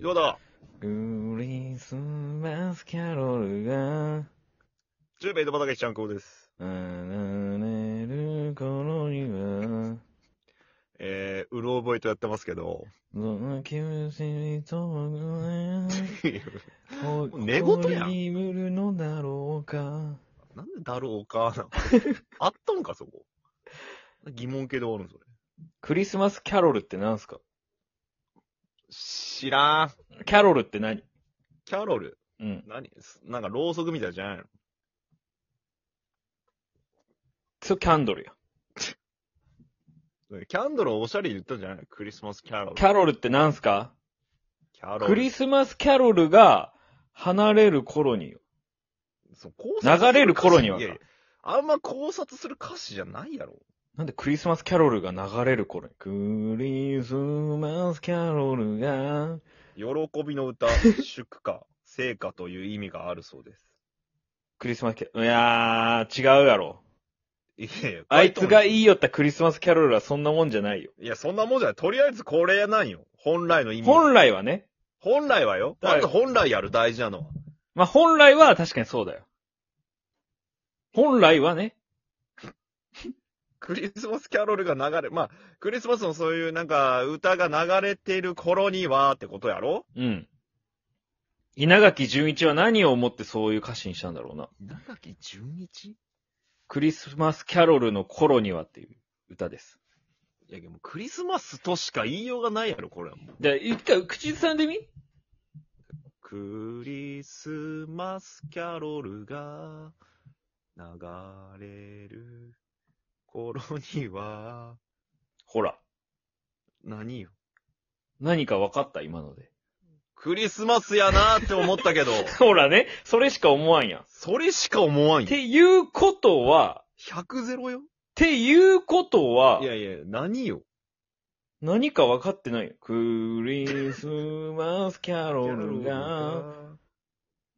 どうだクリスマスキャロルがジューベイド畑ちゃんこです。流れる頃にはえー、うろ覚えとやってますけど。どの九州に遠 くう寝言やんに眠るのだろうか なんでだろうかな。 あったんか、そこ。疑問系で終わるんそれ。クリスマスキャロルって何すか知らん。キャロルって何キャロル。うん。何すなんかろうそくみたいじゃないのそれキャンドルや。キャンドルをおしゃれに言ったんじゃないのクリスマスキャロル。キャロルって何すかキャロル。クリスマスキャロルが離れる頃によ。そう考察す流れる頃には歌詞いやいやあんま考察する歌詞じゃないやろ。なんでクリスマスキャロルが流れる頃にクリスマスキャロルが喜びの歌、祝歌、成果という意味があるそうです。クリスマスキャ、いやー、違うやろ。いやいや、あいつがい。言いよったクリスマスキャロルはそんなもんじゃないよ。いや、そんなもんじゃない。とりあえずこれなんよ。本来の意味。本来はね。本来はよ。はまいず本来やる、大事なのは。まあ、本来は確かにそうだよ。本来はね。クリスマスキャロルが流れ、まあ、クリスマスのそういうなんか、歌が流れてる頃にはってことやろうん。稲垣純一は何を思ってそういう歌詞にしたんだろうな。長き純一クリスマスキャロルの頃にはっていう歌です。いや、でもクリスマスとしか言いようがないやろ、これはもう。じゃあ、一回口ずさんでみクリスマスキャロルが流れる頃には、ほら。何よ。何か分かった今ので。クリスマスやなーって思ったけど、 ほらね。それしか思わんやん。っそれしか思わんよ。ていうことは、 100ゼロよっていうことは、いやいや、何よ。何か分かってないよ。クリスマスキャロルが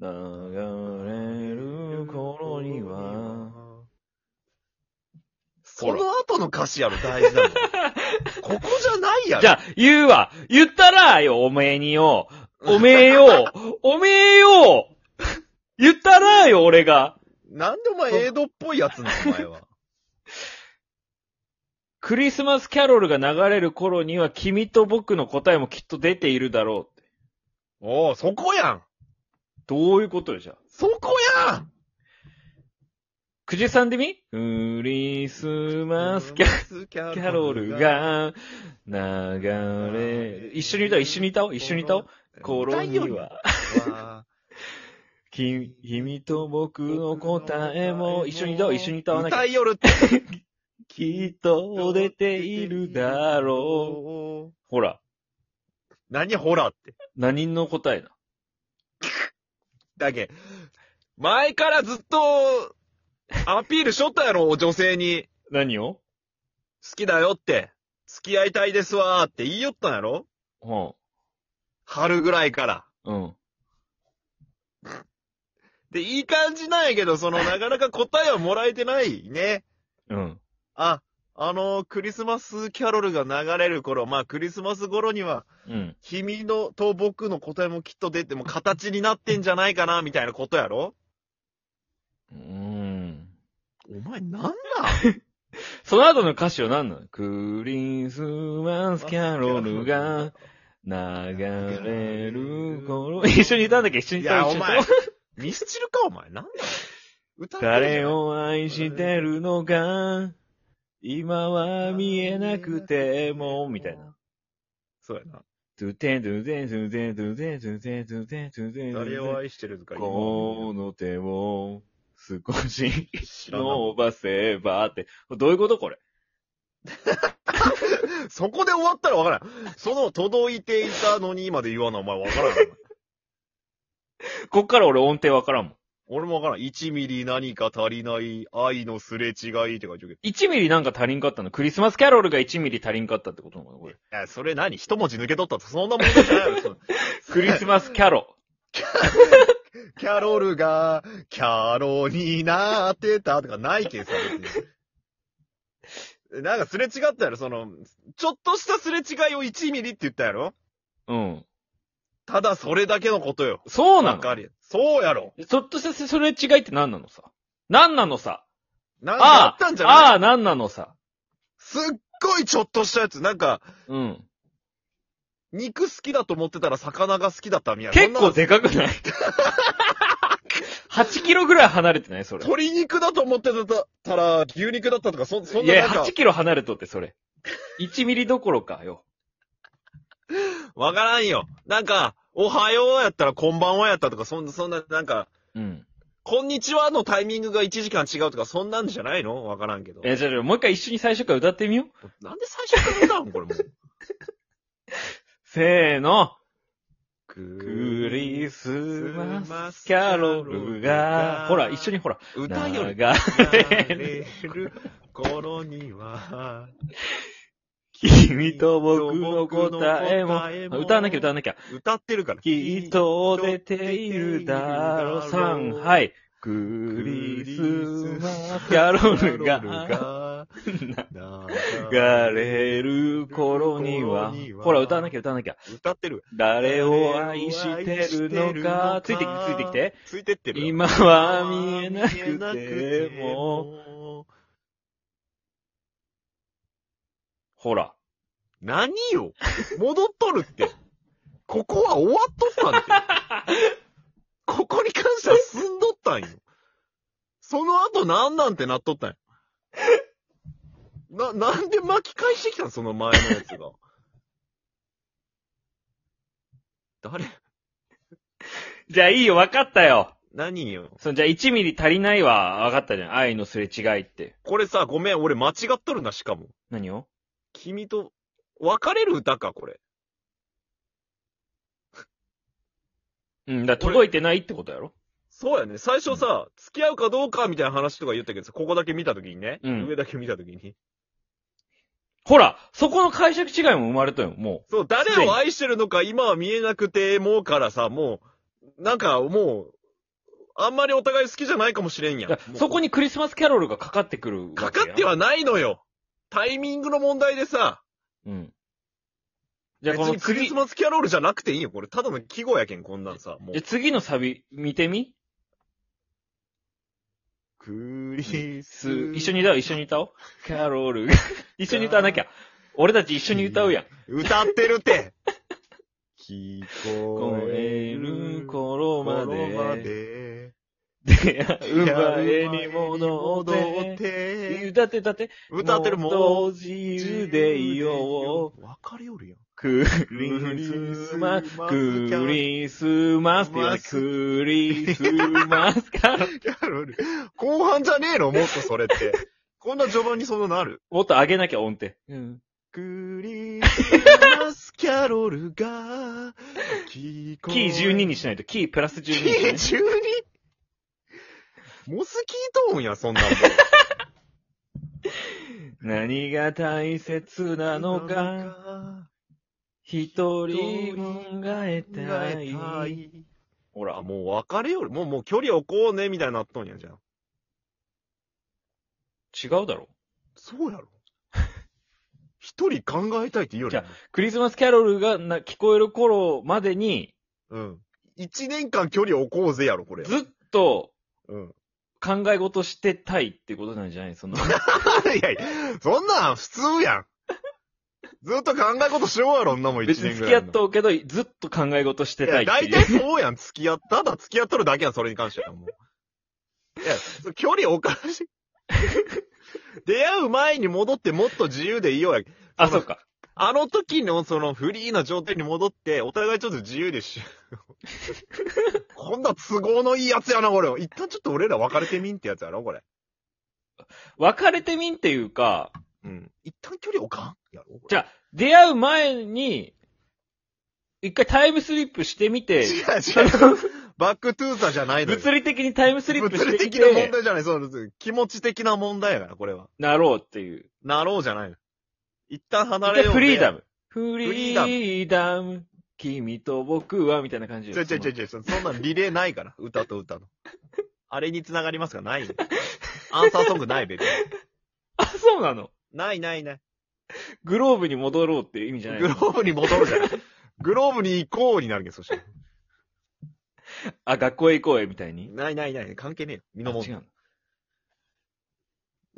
流れる頃には。、その後の歌詞やろ、大事なの。 ここじゃないやろ。じゃあ、言うわ。言ったらよ、おめえによ。おめえよ。おめえよ。言ったらよ、俺が。なんでお前、エイドっぽいやつなの、お前は。クリスマスキャロルが流れる頃には君と僕の答えもきっと出ているだろうって。おう、そこやんどういうことよ、じゃあ。そこやんくじさんでみクリスマスキャャキャロルが流れ、一緒に歌おう、一緒に歌おう、一緒に歌おう。心には。は。君、君と僕の答えも、一緒に歌おう、一緒に歌わなきゃ歌。いよるって。きっと出ているだろう。ろほら、う。何ほらって。何の答えだだけ、前からずっと、アピールしとったやろ、女性に。何を好きだよって。付き合いたいですわーって言いよったんやろは春ぐらいから。あ、うん。で、いい感じなんやけど、その、なかなか答えはもらえてないね。うん。あ、あのクリスマスキャロルが流れる頃、まあ、クリスマス頃には、うん。君のと僕の答えもきっと出て、もう形になってんじゃないかな、みたいなことやろうーん。お前なんだその後の歌詞は何なのクリスマスキャロルが流れる頃。一緒に歌うんだっけ一緒いに歌や、うお一緒に前歌おう。、ミスチルか、お前。なんだ歌ってるじゃん 誰を愛してるのか今は見えなくても、みたいな。。そうやな。ドゥテンドゥテンドゥテンドゥテンドゥテンドゥテンドゥテンドゥテンドゥテ誰ンを愛してるとかこの手を少しう。知らない。伸ばせばって。どういうことこれ。そこで終わったらわからん。その、届いていたのにまで言わな、お前わ からん。こっから俺音程わからんもん。俺もわからん。1ミリ何か足りない、愛のすれ違いって書いてるけど。 1ミリなんか足りんかったの。クリスマスキャロルが1ミリ足りんかったってことなのこ れ。いや、それ何一文字抜け取ったってそんなもんじゃない よ。そのクリスマスキャロ。キャロルが、キャロになってたとかないけんさ、別に。 なんかすれ違ったやろ、その、ちょっとしたすれ違いを1ミリって言ったやろうん。ただそれだけのことよ。そうなわのかる。そうやろ。ちょっとしたそれ違いって何なのさ何なのさなんかああったんじあ、ゃないああ、何なのさ。すっごいちょっとしたやつ。なんか、うん。肉好きだと思ってたら魚が好きだったみたいな。結構ででかくない ?8 キロぐらい離れてないそれ。鶏肉だと思ってたら牛肉だったとか、そそんいなや、なんか8、キロ離れとって、それ。1ミリどころかよ。わからんよ。なんか、おはようやったらこんばんはやったとか、そんな、そんな、なんか、うん。こんにちはのタイミングが1時間違うとか、そんなんじゃないのわからんけどい。や、じゃあじゃあもう一回一緒に最初から歌ってみよう。なんで最初から歌うんこれもう。せーの。ク クリスマスマスキャロルが、ほら、一緒に。ほら。歌より。が、流れる頃には、 君と僕の答えも。え歌わなきゃ歌わなきゃ。歌ってるから。きっと出ているだろうさん。はい。クリスマスキャロルがが、流流れる頃には。ほら、歌わなきゃ。ゃ歌わなきゃ。歌ってる。誰を愛してるのか。ついてきて、ついてきて。。ついてってる。今は見えなくても。も。ほら。何よ戻っとるって。ここは終わっとったんって。ここに関しては進んどったんよ。その後なんなんてなっとったんよ。な、なんで巻き返してきたんその前のやつが。誰じゃあいいよ、わかったよ。何よ。そのじゃあ1ミリ足りないはわかったじゃん。愛のすれ違いって。これさ、ごめん、俺間違っとるな、しかも。何を君と、別れる歌か、これ。うん、だから届いてないってことやろそうやね。最初さ、付き合うかどうかみたいな話とか言ったけどさ、ここだけ見たときにね、うん上だけ見たときに。ほらそこの解釈違いも生まれたよ、もそう、誰を愛してるのか今は見えなくて、もうからさ、もう、なんかもう、あんまりお互い好きじゃないかもしれんう。やだんか。らそこに、にクリスマスキャロルがかかってくるわけかやかってはないのよ。タイミングの問題でさ、うん。じゃあ別このにクリ次、スじマスキャロルじゃなくていいよ。これ、ただの季語やけん、こんなんさ。もうゃあ次のサビ見てみクリす一緒に歌おう、一緒に歌おう。キャロルが。一緒に歌わなきゃ。俺たち一緒に歌うやん。歌ってるって。 聞超える頃まで。で。出会う前に戻って。て。歌って歌って。歌ってるもん。と自由でいよう。う。わかりよるやん。クリスマス、クリスマスって言わない。クリスマスから。後半じゃねえのもっとそれって。こんな序盤にそんななる。もっと上げなきゃ音程。うん。クリスマスキャロルが、キー。キー12にしないいと、キープラス12キにしないー 12? モスキートーンや、そんなんもう。何が大切なのか、一人考えたい。ほあ、ら、もう別れより、もうもう距離置こうね、みたいになっとんやじゃん。違うだろ。そうや ろ。一人考えたいって言うよりじゃクリスマスキャロルがな聞こえる頃までに、うん。一年間距離置こうぜやろ、これ。ずっとうん。 考え事してたいってことなんじゃないその、いやいや、そんなん普通やん。ずっと考え事しようやろ、んなもん一別に年ぐ付らい。き合っとうけど、ずっと考え事していたいや、っ大ていう。体そうやん、付き合っただ付き合っとるだけやん、それに関してはもう。いや、そう距離おかしい。 出会う前に戻ってもっと自由でいいよや。あ、そっか。あの時のそのフリーな状態に戻って、お互いちょっと自由でし。 こんな都合のいいやつやな、これ。一旦ちょっと俺ら別れてみんってやつやろ、これ。別れてみんっていうか、うん。一旦距離置かんやろじゃあ、出会う前に、一回タイムスリップしてみて、違う違う。 バックトゥーザじゃないのよ。物理的にタイムスリップ物し理てみ的な問て、題じゃない。そうです。気持ち的な問題やから、これは。なろうっていう。なろうじゃないの。一旦離れ一回よう。フリーダム。ム。フリリーダムーダム。君と僕は、みたいな感じちで。ょちょちょちょ、そんなリレーないから。歌と歌の。あれに繋がりますが、ないよ。アンサーソングない、ベビー。あ、そうなのないないない。グローブに戻ろうっていう意味じゃない グローブに戻るじゃん。グローブに行こうになるけど、そしたら。あ、学校へ行こうへ、みたいに。ないないない、関係ねえよ。身あのも違うの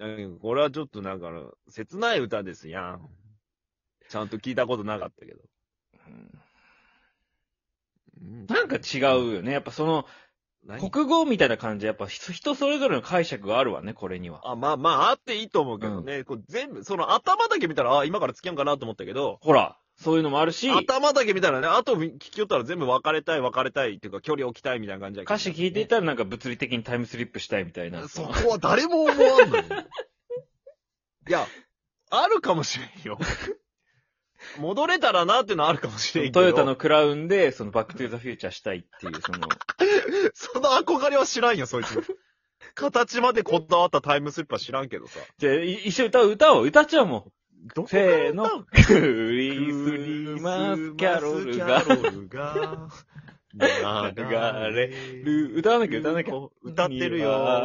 ん。これはちょっとなんかあの、切ない歌ですやん。ちゃんと聞いたことなかったけど。うんうんなんか違うよね。やっぱその、何国語みたいな感じで、やっぱ人人それぞれの解釈があるわね、これには。あ、まあまあ、あっていいと思うけどね。こう全部、その頭だけ見たら、あ、今から付き合うんかなと思ったけど、ほら、そういうのもあるし、頭だけ見たらね、あと聞きよったら全部別れたい、別れたいっていうか、距離置きたいみたいな感じだけど歌詞聞いていたらなんか物理的にタイムスリップしたいみたいな。そこは誰も思わん のよ。いや、あるかもしれん よ。戻れたらなっていうのはあるかもしれんけど。トヨタのクラウンで、そのバックトゥーザフューチャーしたいっていう、 その、その憧れは知らんよ、そいつの。形までこだわったタイムスリップは知らんけどさ。じゃあい一緒に歌う、歌おう、歌っちゃおうもどう。せーの。ククリスマスキャロルが。ルが。流れる。歌わなきゃ歌わなきゃ。歌ってる よ。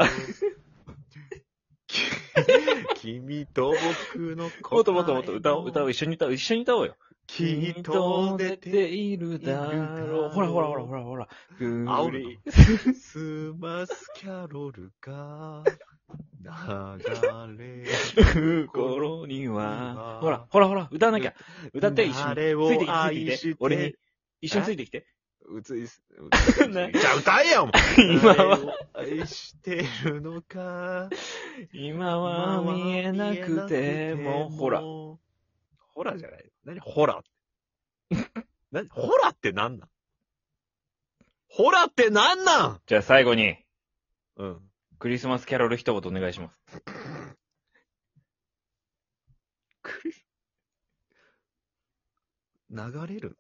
君と僕の答えもっともっともっと歌おう、歌おう、一緒に歌おう、一緒に歌おうよ。きっと出て、いるだろうほらほらほらほらほら。グ青リいスマスキャロルが、流れ心には、ほら、ほらほら、歌わなきゃ。歌って、一緒に。誰をついてきて、つい愛てきしてて。俺に、一緒についてきて。うついす。 ないじゃあ歌えよ、もう。今は、愛してるのか。今は見えなくても、ほら。ほらじゃないよ。何ほら。 何ほらってなんなんほらってなんなんじゃあ最後に、うん。クリスマスキャロル一言お願いします。流れる